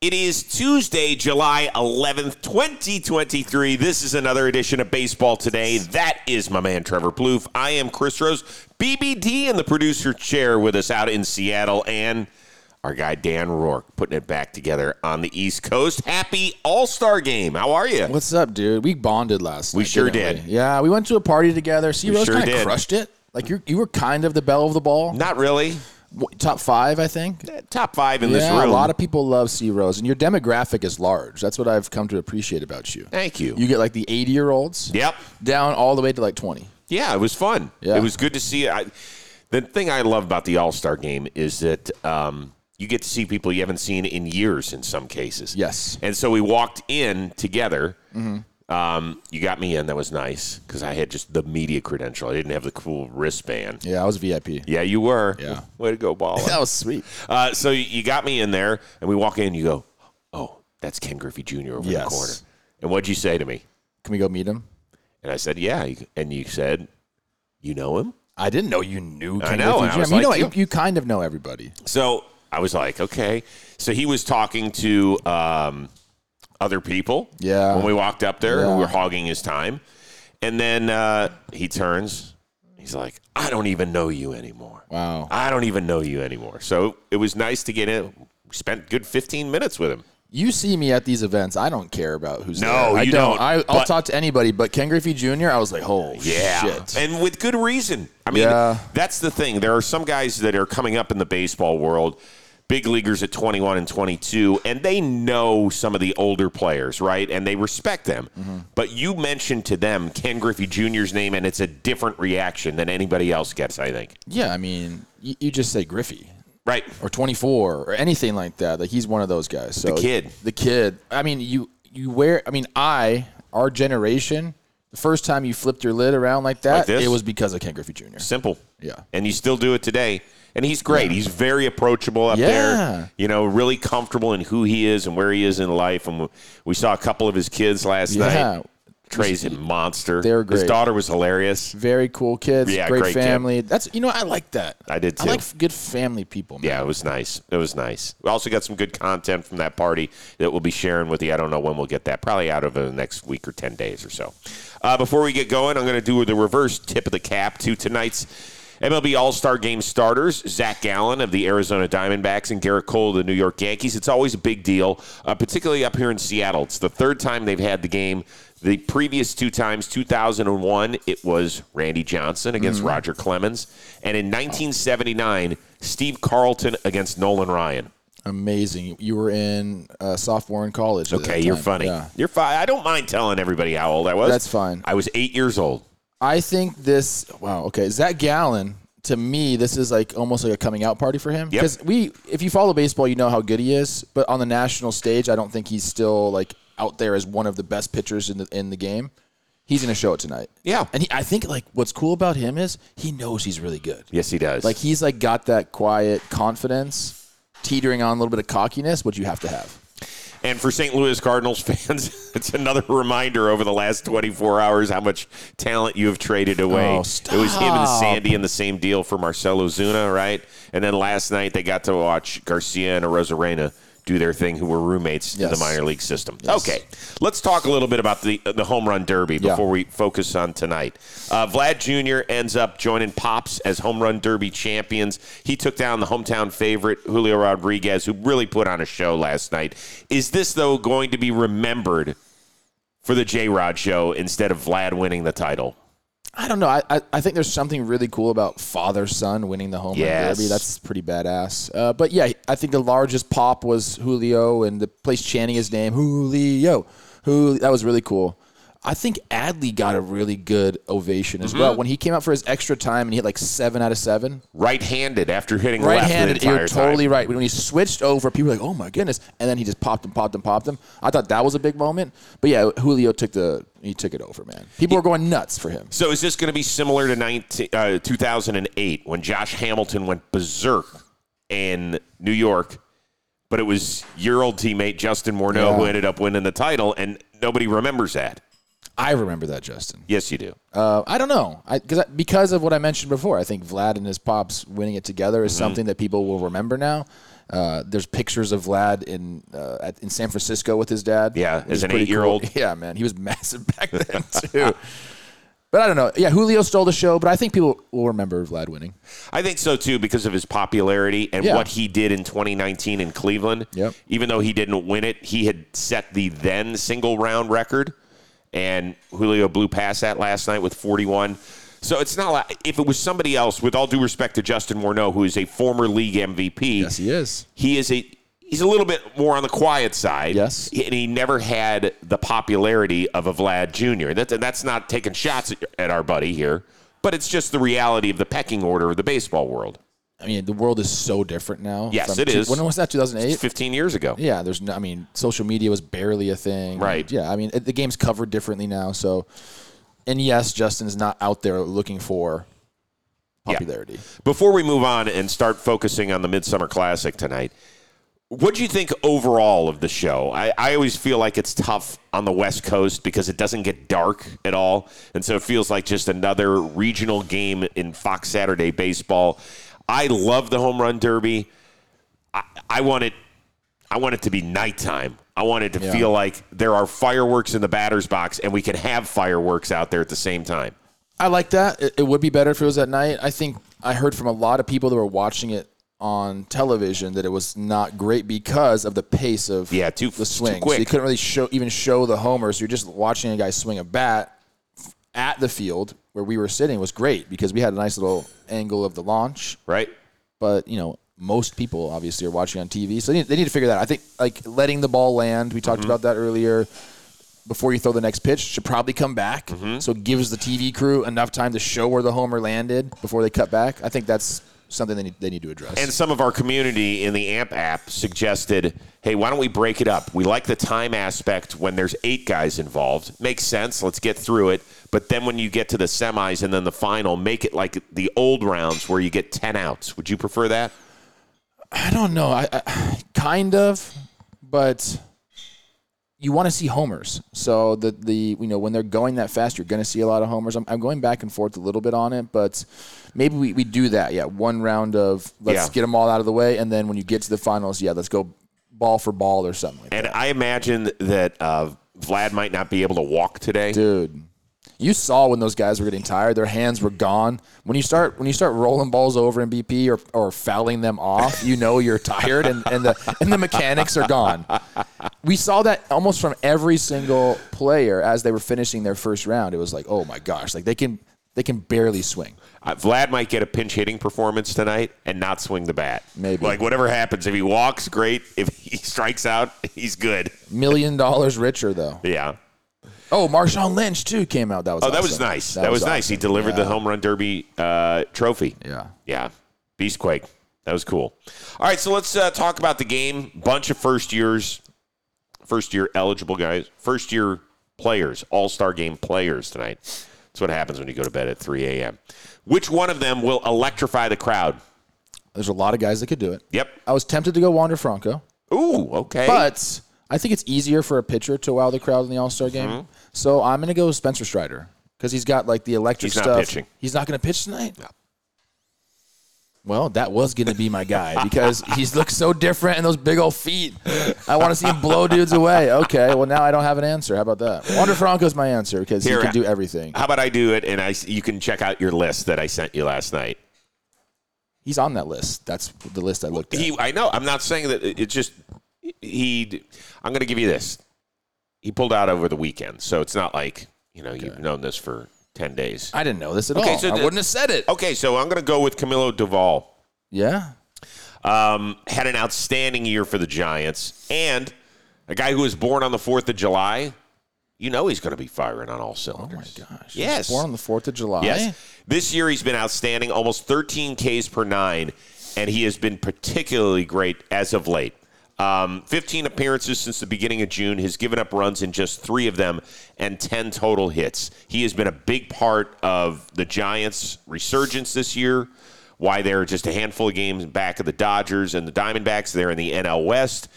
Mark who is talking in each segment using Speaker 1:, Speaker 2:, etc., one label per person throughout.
Speaker 1: It is Tuesday, July 11th, 2023. This is another edition of Baseball Today. That is my man, Trevor Plouffe. I am Chris Rose, BBD in the producer chair with us out in Seattle, and our guy Dan Rourke putting it back together on the East Coast. Happy All Star Game. How are you?
Speaker 2: What's up, dude? We bonded last
Speaker 1: We
Speaker 2: night.
Speaker 1: sure
Speaker 2: didn't
Speaker 1: did.
Speaker 2: we? Yeah, we went to a party together. See, Rose
Speaker 1: sure
Speaker 2: kind
Speaker 1: did.
Speaker 2: of crushed it. Like you, you were kind of the belle of the ball.
Speaker 1: Not really.
Speaker 2: W- Top five, I think.
Speaker 1: Eh, Top five in this
Speaker 2: yeah,
Speaker 1: room.
Speaker 2: a lot of people love C Rose, and your demographic is large. That's what I've come to appreciate about you.
Speaker 1: Thank you.
Speaker 2: You get like the eighty-year-olds.
Speaker 1: Yep.
Speaker 2: Down all the way to like twenty.
Speaker 1: Yeah, it was fun.
Speaker 2: Yeah.
Speaker 1: It was good to see. I, the thing I love about the All Star game is that um, you get to see people you haven't seen in years in some cases.
Speaker 2: Yes. Mm-hmm.
Speaker 1: And so we walked in together. Um, you got me in. That was nice because I had just the media credential. I didn't have the cool wristband.
Speaker 2: Yeah, I was VIP.
Speaker 1: Yeah, you were.
Speaker 2: Yeah.
Speaker 1: Way to go, ball.
Speaker 2: That was sweet.
Speaker 1: uh, so you got me in there, and we walk in. You go, oh, that's Ken Griffey Jr. over
Speaker 2: Yes.
Speaker 1: the corner. And what'd you say to me?
Speaker 2: Can we go meet him?
Speaker 1: And I said, yeah. And you said, you know him.
Speaker 2: I didn't know you knew. Ken
Speaker 1: know,
Speaker 2: Griffey
Speaker 1: and I
Speaker 2: Jr.
Speaker 1: was
Speaker 2: mean, you
Speaker 1: like,
Speaker 2: know, you, you kind of know everybody.
Speaker 1: So I was like, okay. So he was talking to um, other people.
Speaker 2: Yeah.
Speaker 1: When we walked up there, who
Speaker 2: Yeah.
Speaker 1: were hogging his time, and then uh, he turns. He's like, I don't even know you anymore.
Speaker 2: Wow.
Speaker 1: I don't even know you anymore. So it was nice to get in. We spent good 15 minutes with him.
Speaker 2: You see me at these events. I don't care about who's there.
Speaker 1: No,
Speaker 2: I
Speaker 1: you don't,
Speaker 2: I, I'll
Speaker 1: but-
Speaker 2: talk to anybody, but Ken Griffey Jr. I was like, oh
Speaker 1: Yeah.
Speaker 2: shit.
Speaker 1: And with good reason. I mean,
Speaker 2: Yeah.
Speaker 1: that's the thing. There are some guys that are coming up in the baseball world, big leaguers at 21 and 22, and they know some of the older players, right? And they respect them.
Speaker 2: Mm-hmm.
Speaker 1: But you mentioned to them Ken Griffey Jr.'s name, and it's a different reaction than anybody else gets, I think.
Speaker 2: Yeah, I mean, you, you just say Griffey
Speaker 1: Right.
Speaker 2: or 24 or anything like that. Like he's one of those guys. So
Speaker 1: The kid.
Speaker 2: the kid. I mean, you you wear. I mean, I our generation. The first time you flipped your lid around like
Speaker 1: Like
Speaker 2: that,
Speaker 1: this?
Speaker 2: it was because of Ken Griffey Jr.
Speaker 1: Simple.
Speaker 2: Yeah.
Speaker 1: And you still do it today. And he's great. He's very approachable up
Speaker 2: Yeah.
Speaker 1: there. You know, really comfortable in who he is and where he is in life. And we- we saw a couple of his kids last
Speaker 2: Yeah,
Speaker 1: night. Trey's a monster.
Speaker 2: They're
Speaker 1: His
Speaker 2: great.
Speaker 1: daughter was hilarious.
Speaker 2: very cool kids.
Speaker 1: Yeah,
Speaker 2: great,
Speaker 1: great kid.
Speaker 2: family. That's you know I like that.
Speaker 1: I did
Speaker 2: I
Speaker 1: too.
Speaker 2: like f- good family people. Man.
Speaker 1: Yeah, it was nice. It was nice. We also got some good content from that party that we'll be sharing with you. I don't know when we'll get that. Probably out over the next week or 10 days or so. Uh, before we get going, I'm going to do the reverse tip of the cap to tonight's MLB All Star Game starters Zach Gallen of the Arizona Diamondbacks and Garrett Cole of the New York Yankees. It's always a big deal, uh, particularly up here in Seattle. It's the third time they've had the game. The previous two times, 2001, it was Randy Johnson against
Speaker 2: Mm-hmm.
Speaker 1: Roger Clemens. And in 1979, Steve Carlton against Nolan Ryan.
Speaker 2: amazing. You were in uh, sophomore in college. at
Speaker 1: Okay,
Speaker 2: that
Speaker 1: you're
Speaker 2: time.
Speaker 1: funny.
Speaker 2: Yeah.
Speaker 1: You're fine. I don't mind telling everybody how old I was.
Speaker 2: That's fine.
Speaker 1: I was eight years old.
Speaker 2: I think this. Wow. Okay, Zach Gallen. To me, this is like almost like a coming out party for him.
Speaker 1: Yep.
Speaker 2: Because we, if you follow baseball, you know how good he is. But on the national stage, I don't think he's still like out there as one of the best pitchers in the in the game. He's going to show it tonight.
Speaker 1: Yeah.
Speaker 2: And he, I think like what's cool about him is he knows he's really good.
Speaker 1: Yes, he does.
Speaker 2: Like he's like got that quiet confidence, teetering on a little bit of cockiness, which you have to have.
Speaker 1: And for St. Louis Cardinals fans, it's another reminder over the last 24 hours how much talent you have traded away.
Speaker 2: Oh,
Speaker 1: It was him and
Speaker 2: stop.
Speaker 1: Sandy in the same deal for Marcelo Zuna, right? And then last night they got to watch Garcia and Rosarena do their thing, who were roommates in the
Speaker 2: Yes.
Speaker 1: minor league system. Okay, let's talk a little bit about the the home run derby
Speaker 2: Yeah.
Speaker 1: before we focus on tonight. Uh, Vlad Jr. ends up joining Pops as home run derby champions. He took down the hometown favorite Julio Rodriguez, who really put on a show last night. Is this though going to be remembered for the J Rod show instead of Vlad winning the title?
Speaker 2: I don't know. I, I, I think there's something really cool about father son winning the home
Speaker 1: Yes.
Speaker 2: run derby. That's pretty badass. Uh, but yeah, I think the largest pop was Julio and the place chanting his name, Julio. Who that was really cool. I think Adley got a really good ovation
Speaker 1: Mm-hmm.
Speaker 2: as well when he came out for his extra time and he hit like seven out of seven.
Speaker 1: Right-handed after hitting left
Speaker 2: Right-handed,
Speaker 1: the entire
Speaker 2: you're
Speaker 1: time.
Speaker 2: totally right. When he switched over, people were like, "Oh my goodness!" And then he just popped and popped and popped him. I thought that was a big moment. But yeah, Julio took the he took it over, man. People were going nuts for him.
Speaker 1: So is this going to be similar to 19, uh, 2008 when Josh Hamilton went berserk in New York, but it was your old teammate Justin Morneau who
Speaker 2: Yeah.
Speaker 1: ended up winning the title, and nobody remembers that.
Speaker 2: I remember that, Justin.
Speaker 1: Yes, you do.
Speaker 2: Uh, I don't know. I, cause I,
Speaker 1: Mm-hmm.
Speaker 2: because of what I mentioned before, I think Vlad and his pops winning it together is something that people will remember now. Uh, there's pictures of Vlad in uh, at, in San Francisco with his dad.
Speaker 1: Yeah,
Speaker 2: which
Speaker 1: as
Speaker 2: is
Speaker 1: an
Speaker 2: pretty
Speaker 1: eight-year-old.
Speaker 2: cool. Yeah, man, he was massive back then too. but I don't know. Yeah, Julio stole the show, but I think people will remember Vlad winning.
Speaker 1: I think so too because of his popularity and
Speaker 2: Yeah.
Speaker 1: what he did in 2019 in Cleveland.
Speaker 2: Yep.
Speaker 1: Even though he didn't win it, he had set the then single round record, and Julio blew past that last night with 41. So it's not like if it was somebody else. With all due respect to Justin Morneau, who is a former league MVP,
Speaker 2: is.
Speaker 1: he is a he's a little bit more on the quiet side.
Speaker 2: Yes.
Speaker 1: and he never had the popularity of a Vlad Jr. And That, and that's not taking shots at, at our buddy here, but it's just the reality of the pecking order of the baseball world.
Speaker 2: I mean, the world is so different now.
Speaker 1: Yes,
Speaker 2: from
Speaker 1: it
Speaker 2: two-
Speaker 1: is.
Speaker 2: When was that? 2008.
Speaker 1: Fifteen years ago,
Speaker 2: Yeah, there's no, I mean, social media was barely a thing.
Speaker 1: Right.
Speaker 2: Yeah, I mean, it- the game's covered differently now. So, and yes, Justin's not out there looking for
Speaker 1: Yeah.
Speaker 2: popularity.
Speaker 1: before we move on and start focusing on the Midsummer Classic tonight, what do you think overall of the show? I, I always feel like it's tough on the West Coast because it doesn't get dark at all. And so it feels like just another regional game in Fox Saturday baseball. I love the home run derby. I, I want it I want it to be nighttime. I want it to
Speaker 2: Yeah.
Speaker 1: feel like there are fireworks in the batter's box and we can have fireworks out there at the same time.
Speaker 2: I like that. It, it would be better if it was at night. I think I heard from a lot of people that were watching it on television that it was not great because of the pace of
Speaker 1: Yeah, too- too
Speaker 2: the swing.
Speaker 1: quick.
Speaker 2: So you couldn't really show even show the homers. You're just watching a guy swing a bat at the field where we were sitting was great because we had a nice little angle of the launch.
Speaker 1: Right?
Speaker 2: but you know most people obviously are watching on TV, so they need, they need to figure that. out. I think like letting the ball land. We talked about that earlier. Before you throw the next pitch, should probably come back. So it gives the TV crew enough time to show where the homer landed before they cut back. I think that's something they need, they need to address.
Speaker 1: And some of our community in the AMP app suggested, hey, why don't we break it up? We like the time aspect when there's eight guys involved. Makes sense. Let's get through it. But then when you get to the semis and then the final, make it like the old rounds where you get 10 outs. Would you prefer that?
Speaker 2: I don't know. I, I kind of, but you want to see homers. So the the you know when they're going that fast, you're going to see a lot of homers. I'm, I'm going back and forth a little bit on it, but maybe we, we do that. Yeah, one round of let's
Speaker 1: Yeah.
Speaker 2: get them all out of the way, and then when you get to the finals, yeah, let's go ball for ball or something. Like that.
Speaker 1: And I imagine that uh, Vlad might not be able to walk today.
Speaker 2: Dude, you saw when those guys were getting tired; their hands were gone. When you start when you start rolling balls over in BP or, or fouling them off, you know you're tired, and, and the and the mechanics are gone. We saw that almost from every single player as they were finishing their first round. It was like, oh my gosh, like they can they can barely swing.
Speaker 1: Uh, Vlad might get a pinch hitting performance tonight and not swing the bat.
Speaker 2: Maybe.
Speaker 1: Like whatever happens, if he walks, great. If he strikes out, he's good.
Speaker 2: Million dollars richer though.
Speaker 1: Yeah.
Speaker 2: Oh, Marshawn Lynch too came out. That was
Speaker 1: Oh, that was
Speaker 2: awesome.
Speaker 1: nice. That, was, nice. He
Speaker 2: awesome.
Speaker 1: delivered the
Speaker 2: Yeah.
Speaker 1: home run derby uh, trophy.
Speaker 2: Yeah.
Speaker 1: Yeah. Beastquake. That was cool. All right, so let's uh, talk about the game. Bunch of first years, first year eligible guys, first year players, all star game players tonight. That's what happens when you go to bed at 3 a.m. Which one of them will electrify the crowd?
Speaker 2: There's a lot of guys that could do it.
Speaker 1: Yep.
Speaker 2: I was tempted to go Wander Franco.
Speaker 1: Ooh, okay.
Speaker 2: But I think it's easier for a pitcher to wow the crowd in the All Star game.
Speaker 1: Mm-hmm.
Speaker 2: So I'm going to go with Spencer Strider because he's got like the electric
Speaker 1: He's not
Speaker 2: stuff.
Speaker 1: pitching.
Speaker 2: He's not going to pitch tonight. Well, that was going to be my guy because he's looks so different and those big old feet. I want to see him blow dudes away. Okay, well now I don't have an answer. How about that? Wander Franco's my answer because he
Speaker 1: Here,
Speaker 2: can do everything.
Speaker 1: how about I do it and I s- you can check out your list that I sent you last night.
Speaker 2: He's on that list. That's the list I looked at.
Speaker 1: He, I know. I'm not saying that. it- It's just he. I'm going to give you this. He pulled out over the weekend, so it's not like you know you've known this for ten days.
Speaker 2: I didn't know this at
Speaker 1: Okay,
Speaker 2: all.
Speaker 1: so
Speaker 2: I
Speaker 1: the-
Speaker 2: wouldn't have said it.
Speaker 1: okay, so I'm going to go with Camilo Duvall.
Speaker 2: Yeah.
Speaker 1: Um, had an outstanding year for the Giants, and a guy who was born on the Fourth of July. You know he's going to be firing on all cylinders.
Speaker 2: Gosh. he was
Speaker 1: Yes.
Speaker 2: Born on the Fourth of July.
Speaker 1: Yes. This year he's been outstanding, almost 13 Ks per nine, and he has been particularly great as of late. Um, 15 appearances since the beginning of June. He's given up runs in just three of them and 10 total hits. He has been a big part of the Giants' resurgence this year. Why they're just a handful of games back of the Dodgers and the Diamondbacks. They're in the NL West.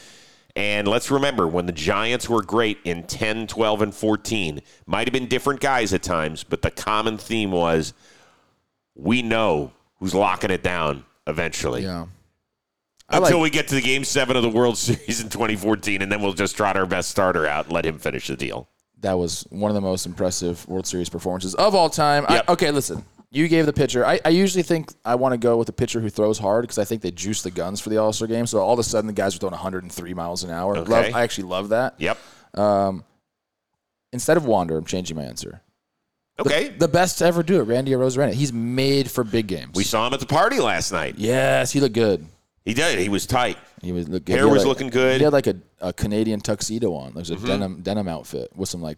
Speaker 1: And let's remember when the Giants were great in 10, 12, and 14, might have been different guys at times, but the common theme was we know who's locking it down eventually.
Speaker 2: Yeah. I
Speaker 1: Until
Speaker 2: like-
Speaker 1: we get to the game seven of the World Series in 2014, and then we'll just trot our best starter out and let him finish the deal.
Speaker 2: That was one of the most impressive World Series performances of all time. I-
Speaker 1: Yep.
Speaker 2: okay, listen. You gave the pitcher. I, I usually think I want to go with a pitcher who throws hard because I think they juice the guns for the All Star game. So all of a sudden, the guys are throwing 103 miles an hour.
Speaker 1: Okay.
Speaker 2: Love, I actually love that.
Speaker 1: Yep.
Speaker 2: Instead of Wander, I'm changing my answer.
Speaker 1: Okay.
Speaker 2: The best to ever do it, Randy Arozarena. He's made for big games.
Speaker 1: we saw him at the party last night.
Speaker 2: yes, he looked good.
Speaker 1: He did. He was tight.
Speaker 2: He was look,
Speaker 1: Hair
Speaker 2: he had
Speaker 1: was
Speaker 2: like-
Speaker 1: looking good. Mm-hmm.
Speaker 2: He had like a, a Canadian tuxedo on. There's a denim denim outfit with some like.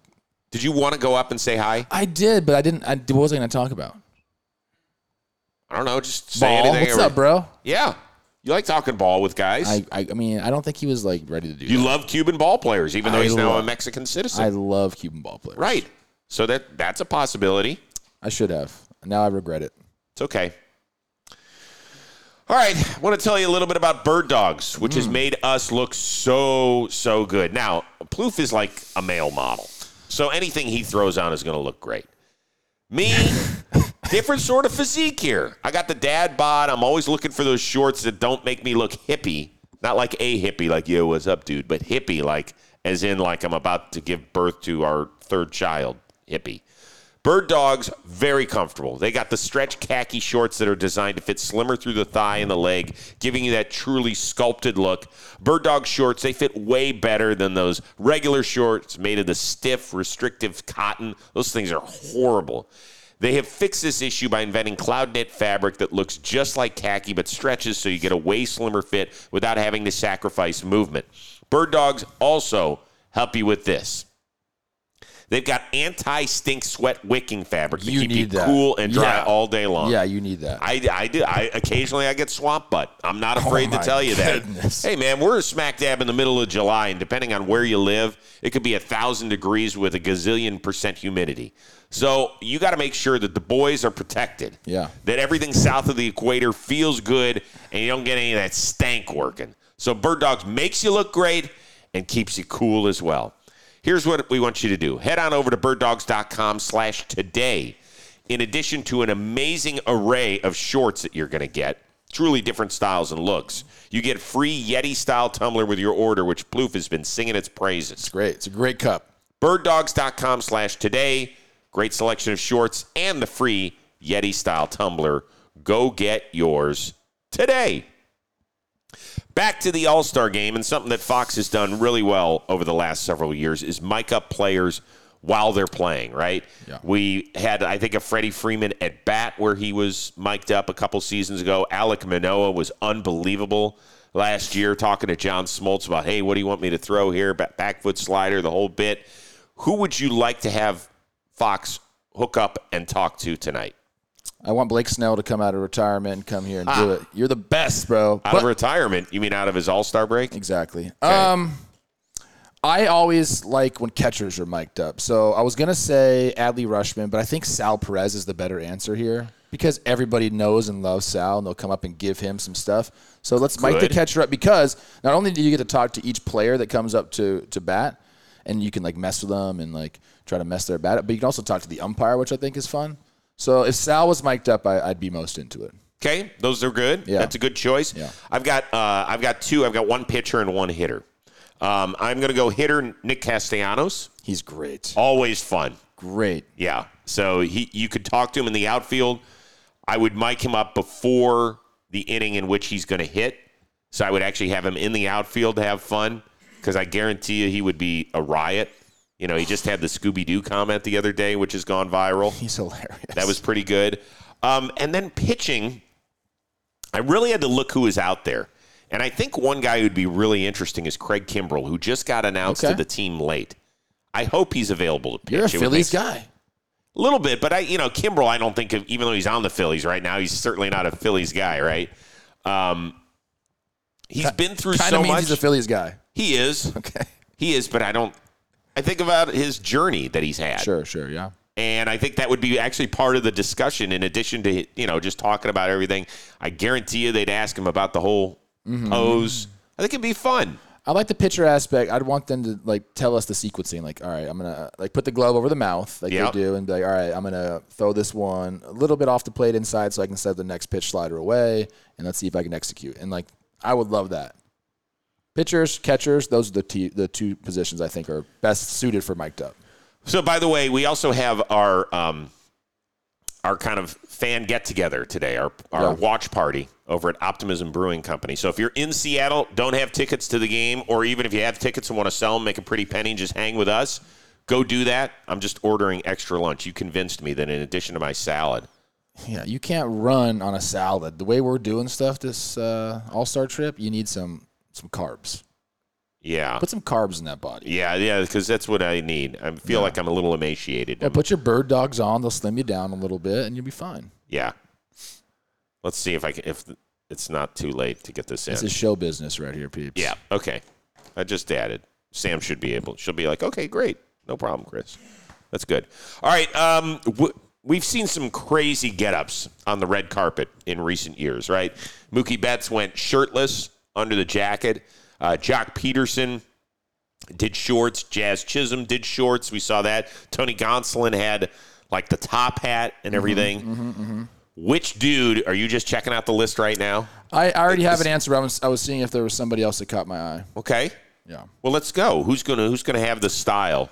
Speaker 1: Did you want to go up and say hi?
Speaker 2: I did, but I didn't. I what was I going to talk about?
Speaker 1: I don't know. Just say
Speaker 2: Ball.
Speaker 1: anything.
Speaker 2: What's
Speaker 1: or-
Speaker 2: up, bro?
Speaker 1: Yeah. You like talking ball with guys.
Speaker 2: I, I I mean I don't think he was like ready to do.
Speaker 1: you
Speaker 2: that.
Speaker 1: love Cuban ball players, even though
Speaker 2: I
Speaker 1: he's now a
Speaker 2: love-
Speaker 1: Mexican
Speaker 2: I
Speaker 1: citizen.
Speaker 2: love Cuban ball players.
Speaker 1: right. So that that's a possibility.
Speaker 2: I should have. Now I regret it.
Speaker 1: It's okay. All right, I want to tell you a little bit about Bird Dogs, which has made us look so so good. Now, Plouffe is like a male model, so anything he throws on is going to look great. Me, different sort of physique here. I got the dad bod. I'm always looking for those shorts that don't make me look hippie, not like a hippie, like yo, what's up, dude, but hippie, like as in like I'm about to give birth to our third child, hippie. Bird dogs, very comfortable. They got the stretch khaki shorts that are designed to fit slimmer through the thigh and the leg, giving you that truly sculpted look. Bird dog shorts, they fit way better than those regular shorts made of the stiff, restrictive cotton. Those things are horrible. They have fixed this issue by inventing cloud knit fabric that looks just like khaki but stretches so you get a way slimmer fit without having to sacrifice movement. Bird dogs also help you with this. They've got anti-stink sweat wicking fabric to
Speaker 2: You
Speaker 1: keep you
Speaker 2: need that.
Speaker 1: cool and dry
Speaker 2: Yeah.
Speaker 1: all day long.
Speaker 2: Yeah, you need that.
Speaker 1: I, I do. I occasionally I get swamp butt. I'm not afraid to
Speaker 2: Oh my
Speaker 1: tell you
Speaker 2: goodness.
Speaker 1: that. Hey man, we're smack dab in the middle of July, and depending on where you live, it could be a thousand degrees with a gazillion percent humidity. So you got to make sure that the boys are protected.
Speaker 2: Yeah.
Speaker 1: That everything south of the equator feels good, and you don't get any of that stank working. So Bird Dogs makes you look great and keeps you cool as well. Here's what we want you to do. Head on over to birddogs.com slash today in addition to an amazing array of shorts that you're going to get, truly different styles and looks. You get free Yeti style tumbler with your order, which Plouffe has been singing its praises.
Speaker 2: Great. It's a great cup.
Speaker 1: Birddogs.com slash today. Great selection of shorts and the free Yeti style tumbler. Go get yours today. Back to the All Star game, and something that Fox has done really well over the last several years is mic up players while they're playing, right?
Speaker 2: Yeah.
Speaker 1: We had, I think, a Freddie Freeman at bat where he was mic'd up a couple seasons ago. Alec Manoa was unbelievable last year, talking to John Smoltz about, hey, what do you want me to throw here? Ba- Back foot slider, the whole bit. Who would you like to have Fox hook up and talk to tonight?
Speaker 2: I want Blake Snell to come out of retirement and come here and
Speaker 1: Ah.
Speaker 2: do it. You're the best, bro.
Speaker 1: Out
Speaker 2: But-
Speaker 1: of retirement, you mean out of his All Star break?
Speaker 2: Exactly. Um, I always like when catchers are mic'd up. So I was gonna say Adley Rushman, but I think Sal Perez is the better answer here because everybody knows and loves Sal, and they'll come up and give him some stuff. So let's mic the
Speaker 1: Good.
Speaker 2: catcher up because not only do you get to talk to each player that comes up to to bat, and you can like mess with them and like try to mess their bat up, but you can also talk to the umpire, which I think is fun. So if Sal was mic'd up, I, I'd be most into it.
Speaker 1: Okay, those are good.
Speaker 2: Yeah.
Speaker 1: That's a good choice.
Speaker 2: Yeah.
Speaker 1: I've got uh, I've got two. I've got one pitcher and one hitter. Um, I'm going to go hitter Nick Castellanos.
Speaker 2: He's great,
Speaker 1: Always fun.
Speaker 2: great.
Speaker 1: Yeah. So he you could talk to him in the outfield. I would mic him up before the inning in which he's going to hit. So I would actually have him in the outfield to have fun because I guarantee you he would be a riot. You know, he just had the Scooby Doo comment the other day, which has gone viral.
Speaker 2: He's hilarious.
Speaker 1: That was pretty good. Um, and then pitching, I really had to look who is out there. And I think one guy who'd be really interesting is Craig Kimbrell, who just got announced
Speaker 2: Okay.
Speaker 1: to the team late. I hope he's available to pitch.
Speaker 2: you're a
Speaker 1: It would
Speaker 2: Phillies
Speaker 1: make-
Speaker 2: guy.
Speaker 1: A little bit, but I, you know, Kimbrell, I don't think, of, even though he's on the Phillies right now, he's certainly not a Phillies guy, right? Um, he's been through
Speaker 2: Kind of
Speaker 1: so
Speaker 2: means
Speaker 1: much.
Speaker 2: he's a Phillies guy.
Speaker 1: he is.
Speaker 2: Okay.
Speaker 1: He is, but I don't. I think about his journey that he's had.
Speaker 2: Sure, sure, yeah.
Speaker 1: And I think that would be actually part of the discussion. In addition to you know just talking about everything, I guarantee you they'd ask him about the whole pose. I think it'd be fun.
Speaker 2: I like the pitcher aspect. I'd want them to like tell us the sequencing. Like, all right, I'm gonna like put the glove over the mouth, like
Speaker 1: Yep.
Speaker 2: they do, and be like, all right, I'm gonna throw this one a little bit off the plate inside, so I can set the next pitch slider away, and let's see if I can execute. And like, I would love that. Pitchers, catchers, those are the t- the two positions I think are best suited for Mike Dub.
Speaker 1: So, by the way, we also have our um, our kind of fan get together today, our our
Speaker 2: Yeah.
Speaker 1: watch party over at Optimism Brewing Company. So, if you're in Seattle, don't have tickets to the game, or even if you have tickets and want to sell them, make a pretty penny, just hang with us. Go do that. I'm just ordering extra lunch. You convinced me that in addition to my salad,
Speaker 2: Yeah, you can't run on a salad. The way we're doing stuff this uh, All Star trip, you need some some carbs.
Speaker 1: yeah,
Speaker 2: Put some carbs in that body.
Speaker 1: yeah, yeah, because that's what I need. I feel like I'm a little emaciated.
Speaker 2: Yeah, put your bird dogs on; they'll slim you down a little bit, and you'll be fine.
Speaker 1: yeah. Let's see if I can. If it's not too late to get this in.
Speaker 2: This is show business right here, peeps.
Speaker 1: Yeah. Okay. I just added. Sam should be able. She'll be like, okay, great, no problem, Chris. That's good. All right. Um, w- we've seen some crazy get-ups on the red carpet in recent years, right? Mookie Betts went shirtless under the jacket. Uh, Jock Peterson did shorts. Jazz Chisholm did shorts. We saw that. Tony Gonsolin had like the top hat and everything. Which dude are you just checking out the list right now?
Speaker 2: I, I already have an answer. but I was I was seeing if there was somebody else that caught my eye.
Speaker 1: Okay.
Speaker 2: Yeah,
Speaker 1: Well, let's go. Who's gonna Who's gonna have the style?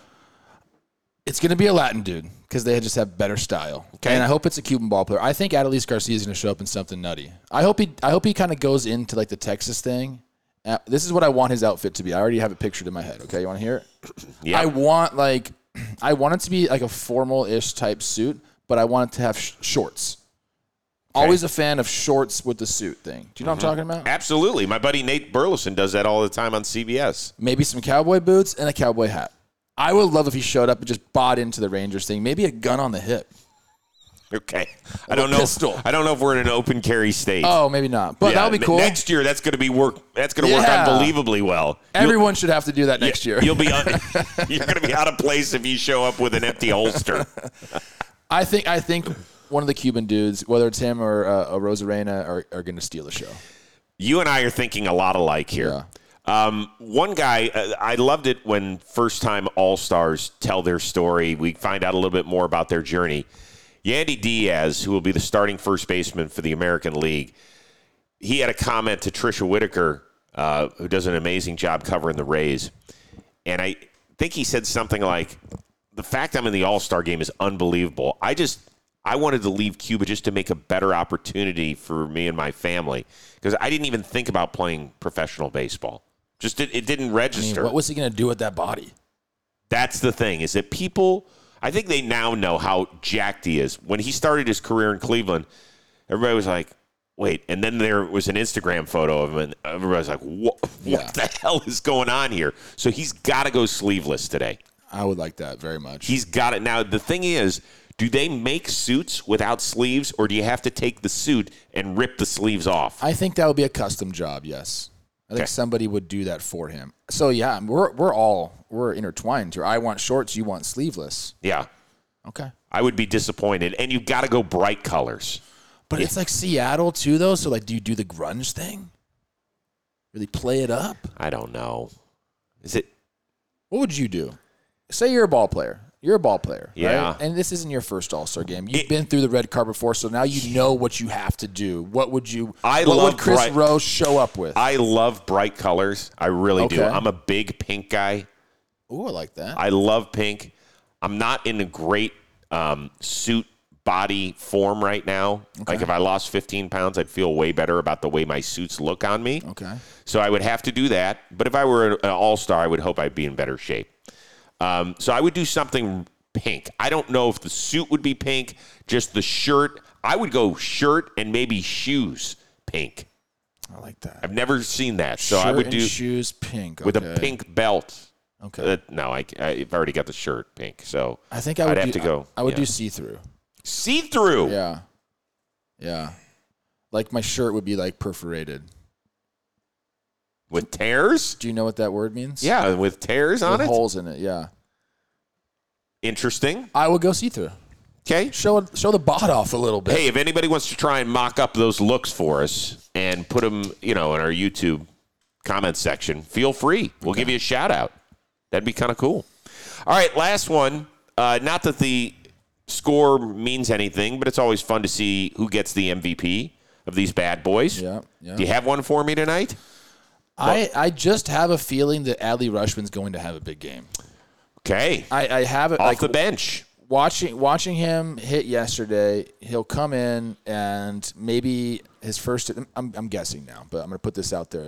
Speaker 2: it's gonna be a Latin dude because they just have better style.
Speaker 1: Okay.
Speaker 2: and I hope it's a Cuban ball player. I think Adelise Garcia is gonna show up in something nutty. I hope he I hope he kind of goes into like the Texas thing. Uh, this is what I want his outfit to be. I already have it pictured in my head. Okay, you want to hear it?
Speaker 1: Yeah.
Speaker 2: I want like I want it to be like a formal ish type suit, but I want it to have sh- shorts. Always a fan of shorts with the suit thing. Do you know what I'm talking about?
Speaker 1: Absolutely. My buddy Nate Burleson does that all the time on CBS.
Speaker 2: Maybe some cowboy boots and a cowboy hat. I would love if he showed up and just bought into the Rangers thing. Maybe a gun on the hip.
Speaker 1: Okay. I don't know.
Speaker 2: pistol.
Speaker 1: I don't know if we're in an open carry state.
Speaker 2: Oh, maybe not.
Speaker 1: Yeah,
Speaker 2: But that would be
Speaker 1: ne-
Speaker 2: cool.
Speaker 1: Next year, that's going to be work. That's going to
Speaker 2: Yeah.
Speaker 1: work unbelievably well.
Speaker 2: Everyone should have to do that next year.
Speaker 1: You'll be un- you're going to be out of place if you show up with an empty holster.
Speaker 2: I think I think one of the Cuban dudes, whether it's him or uh, a Rosarena, are, are going to steal the show.
Speaker 1: you and I are thinking a lot alike here. Um, one guy, uh, I loved it when first time All Stars tell their story. We find out a little bit more about their journey. Yandy Diaz, who will be the starting first baseman for the American League, he had a comment to Trisha Whitaker, uh, who does an amazing job covering the Rays. And I think he said something like, The fact I'm in the All Star game is unbelievable. I just, I wanted to leave Cuba just to make a better opportunity for me and my family because I didn't even think about playing professional baseball. Just it, it didn't
Speaker 2: I mean,
Speaker 1: register.
Speaker 2: what was he going to do with that body?
Speaker 1: That's the thing is that people, I think they now know how jacked he is. When he started his career in Cleveland, everybody was like, wait. And then there was an Instagram photo of him, and everybody was like, what,
Speaker 2: Yeah.
Speaker 1: what the hell is going on here? So he's got to go sleeveless today.
Speaker 2: I would like that very much.
Speaker 1: He's got it. Now, the thing is, do they make suits without sleeves, or do you have to take the suit and rip the sleeves off?
Speaker 2: I think that would be a custom job. Yes, I think
Speaker 1: Okay.
Speaker 2: somebody would do that for him. So yeah, we're we're all we're intertwined here. I want shorts, you want sleeveless.
Speaker 1: yeah.
Speaker 2: Okay,
Speaker 1: I would be disappointed. And you've got to go bright colors.
Speaker 2: but it's like Seattle too, though. So like, do you do the grunge thing? Really play it up?
Speaker 1: I don't know. Is it
Speaker 2: What would you do? Say you're a ball player. You're a ball player,
Speaker 1: Yeah.
Speaker 2: right? And this isn't your first All Star game. You've
Speaker 1: It-
Speaker 2: been through the red carpet before, so now you know what you have to do. What would you?
Speaker 1: I
Speaker 2: what
Speaker 1: love
Speaker 2: would Chris
Speaker 1: bright-
Speaker 2: Rowe show up with?
Speaker 1: I love bright colors. I really do.
Speaker 2: Okay.
Speaker 1: I'm a big pink guy.
Speaker 2: Ooh, I like that.
Speaker 1: I love pink. I'm not in a great um, suit body form right now. Like if I lost 15 pounds, I'd feel way better about the way my suits look on me.
Speaker 2: okay.
Speaker 1: So I would have to do that. But if I were an all star, I would hope I'd be in better shape. Um, so I would do something pink. I don't know if the suit would be pink, just the shirt. I would go shirt and maybe shoes pink.
Speaker 2: I like that.
Speaker 1: I've never seen that. So I
Speaker 2: Shirt
Speaker 1: would
Speaker 2: and
Speaker 1: do
Speaker 2: shoes pink
Speaker 1: with
Speaker 2: okay.
Speaker 1: a pink belt.
Speaker 2: Okay,
Speaker 1: Uh, no, I, have already got the shirt pink, so
Speaker 2: I think I would
Speaker 1: I'd have
Speaker 2: do,
Speaker 1: to go.
Speaker 2: I, I would do see through.
Speaker 1: see through.
Speaker 2: Yeah, yeah. Like my shirt would be like perforated.
Speaker 1: with tears.
Speaker 2: Do you know what that word means?
Speaker 1: Yeah, with tears on
Speaker 2: with
Speaker 1: it.
Speaker 2: holes in it. Yeah,
Speaker 1: Interesting.
Speaker 2: I would go see through.
Speaker 1: Okay.
Speaker 2: Show it- show the bot off a little bit.
Speaker 1: Hey, if anybody wants to try and mock up those looks for us and put them, you know, in our YouTube comment section, feel free. We'll give you a shout out. That'd be kind of cool. All right, last one. Uh, not that the score means anything, but it's always fun to see who gets the MVP. of these bad boys.
Speaker 2: Yeah, yeah.
Speaker 1: Do you have one for me tonight?
Speaker 2: I, I just have a feeling that Adley Rushman's going to have a big game.
Speaker 1: Okay.
Speaker 2: I, I have it
Speaker 1: Off
Speaker 2: like
Speaker 1: the bench.
Speaker 2: watching watching him hit yesterday. He'll come in and maybe his first. I'm, I'm guessing now, but I'm going to put this out there.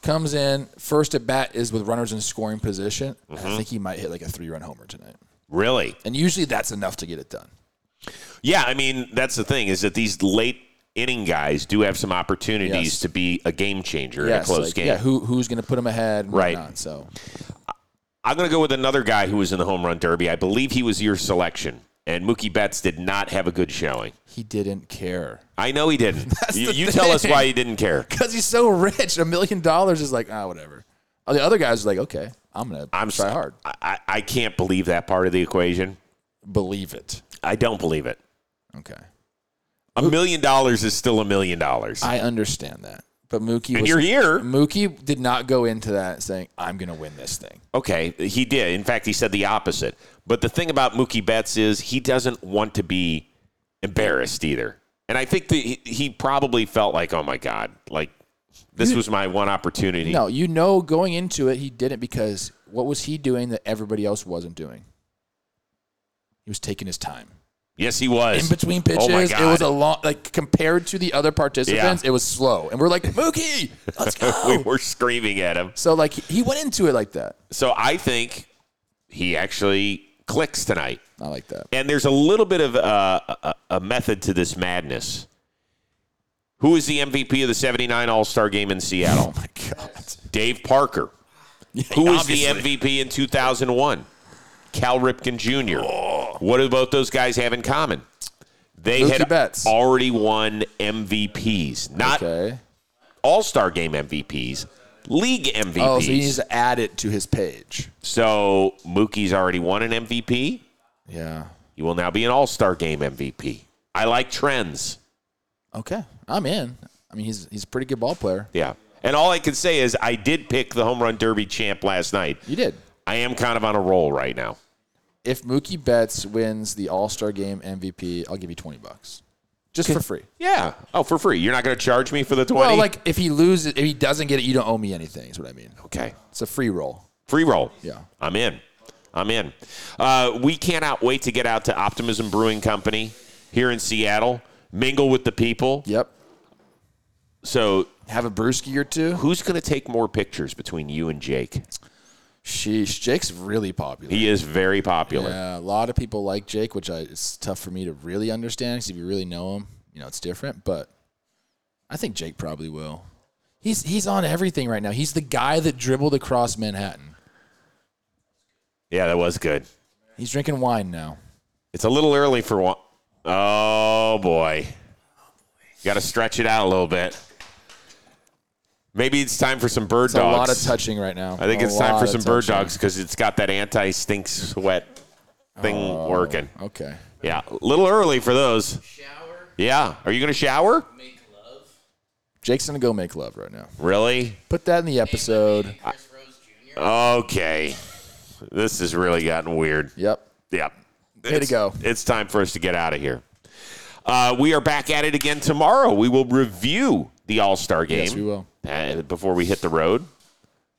Speaker 2: Comes in first at bat is with runners in scoring position.
Speaker 1: Mm-hmm.
Speaker 2: I think he might hit like a three run homer tonight,
Speaker 1: Really?
Speaker 2: and usually that's enough to get it done.
Speaker 1: Yeah, I mean that's the thing is that these late inning guys do have some opportunities
Speaker 2: Yes.
Speaker 1: to be a game changer in a
Speaker 2: Yes,
Speaker 1: close
Speaker 2: like,
Speaker 1: game.
Speaker 2: Yeah, who who's going to put him ahead? and
Speaker 1: Right.
Speaker 2: whatnot, so
Speaker 1: I'm going to go with another guy who was in the home run derby. I believe he was your selection, and Mookie Betts did not have a good showing.
Speaker 2: he didn't care
Speaker 1: I know he didn't. you
Speaker 2: the
Speaker 1: you tell us
Speaker 2: thing.
Speaker 1: why he didn't care.
Speaker 2: because he's so rich. A million dollars is like ah whatever. Oh, The other guys are like okay, I'm going to
Speaker 1: I'm
Speaker 2: try
Speaker 1: s-
Speaker 2: hard.
Speaker 1: I- I, I can't believe that part of the equation.
Speaker 2: Believe it.
Speaker 1: I don't believe it.
Speaker 2: Okay.
Speaker 1: A million dollars is still a million dollars.
Speaker 2: I understand that. But Mookie
Speaker 1: And
Speaker 2: was,
Speaker 1: you're here.
Speaker 2: Mookie did not go into that saying, I'm gonna win this thing.
Speaker 1: Okay, he did. In fact, he said the opposite. But the thing about Mookie Betts is he doesn't want to be embarrassed either. And I think that he, he probably felt like, oh my God, like this was my one opportunity.
Speaker 2: No, you know going into it he didn't because what was he doing that everybody else wasn't doing? He was taking his time.
Speaker 1: Yes, he was.
Speaker 2: In between
Speaker 1: Oh
Speaker 2: pitches,
Speaker 1: my
Speaker 2: it
Speaker 1: God.
Speaker 2: was a long like compared to the other participants,
Speaker 1: Yeah.
Speaker 2: it was slow. And we're like, Mookie, let's go.
Speaker 1: we were screaming at him.
Speaker 2: so like he, he went into it like that.
Speaker 1: So I think he actually clicks tonight.
Speaker 2: I like that.
Speaker 1: And there's a little bit of uh, a, a method to this madness. Who is the MVP of the 79 All Star game in Seattle?
Speaker 2: Oh my god.
Speaker 1: Dave Parker. Who was the
Speaker 2: obviously.
Speaker 1: MVP in 2001? Cal Ripken Jr. What do both those guys have in common? They
Speaker 2: Mookie
Speaker 1: had
Speaker 2: Betts.
Speaker 1: already won MVPs, not
Speaker 2: Okay.
Speaker 1: All Star Game MVPs, league MVPs.
Speaker 2: Oh, so he needs to add it to his page.
Speaker 1: so Mookie's already won an MVP.
Speaker 2: Yeah.
Speaker 1: He will now be an All Star Game MVP. I like trends.
Speaker 2: Okay, I'm in. I mean, he's he's a pretty good ball player.
Speaker 1: Yeah. And all I can say is I did pick the home run derby champ last night.
Speaker 2: You did.
Speaker 1: I am kind of on a roll right now.
Speaker 2: If Mookie Betts wins the All Star Game MVP, I'll give you twenty bucks, just for free.
Speaker 1: Yeah. Oh, for free. You're not going to charge me for the 20?
Speaker 2: Well, like if he loses, if he doesn't get it, you don't owe me anything. Is what I mean.
Speaker 1: okay.
Speaker 2: It's a free roll.
Speaker 1: Free roll.
Speaker 2: Yeah.
Speaker 1: I'm in. I'm in. Uh, we cannot wait to get out to Optimism Brewing Company here in Seattle, mingle with the people.
Speaker 2: Yep.
Speaker 1: So,
Speaker 2: Have a brewski or two.
Speaker 1: who's going to take more pictures between you and Jake?
Speaker 2: Sheesh, Jake's really popular.
Speaker 1: He is very popular.
Speaker 2: Yeah, Uh, a lot of people like Jake, which I, it's tough for me to really understand because if you really know him, you know it's different. But I think Jake probably will. He's he's on everything right now. He's the guy that dribbled across Manhattan.
Speaker 1: Yeah, that was good.
Speaker 2: He's drinking wine now.
Speaker 1: It's a little early for one. Oh, boy. Got to stretch it out a little bit. Maybe it's time for some bird
Speaker 2: It's a
Speaker 1: dogs.
Speaker 2: lot of touching right now.
Speaker 1: I think
Speaker 2: A
Speaker 1: it's time
Speaker 2: lot
Speaker 1: for
Speaker 2: of
Speaker 1: some bird
Speaker 2: touching.
Speaker 1: dogs because it's got that anti stink sweat thing
Speaker 2: Oh.
Speaker 1: working.
Speaker 2: Okay.
Speaker 1: Yeah, a little early for those.
Speaker 3: shower,
Speaker 1: Yeah. Are you going to shower?
Speaker 3: make love.
Speaker 2: Jake's gonna go make love right now.
Speaker 1: Really?
Speaker 2: Put that in the episode.
Speaker 3: Chris Rose Jr.
Speaker 1: Okay. This has really gotten weird.
Speaker 2: Yep.
Speaker 1: Yeah.
Speaker 2: Way to
Speaker 1: It's-
Speaker 2: go.
Speaker 1: It's time for us to get out of here. Uh, we are back at it again tomorrow. We will review the All Star game.
Speaker 2: Yes, we will.
Speaker 1: uh, before we hit the road.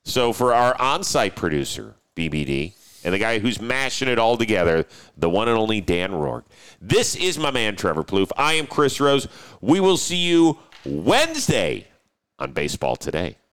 Speaker 1: So for our on-site producer, BBD, and the guy who's mashing it all together, the one and only Dan Rourke. This is my man Trevor Plouffe. I am Chris Rose. We will see you Wednesday on Baseball Today.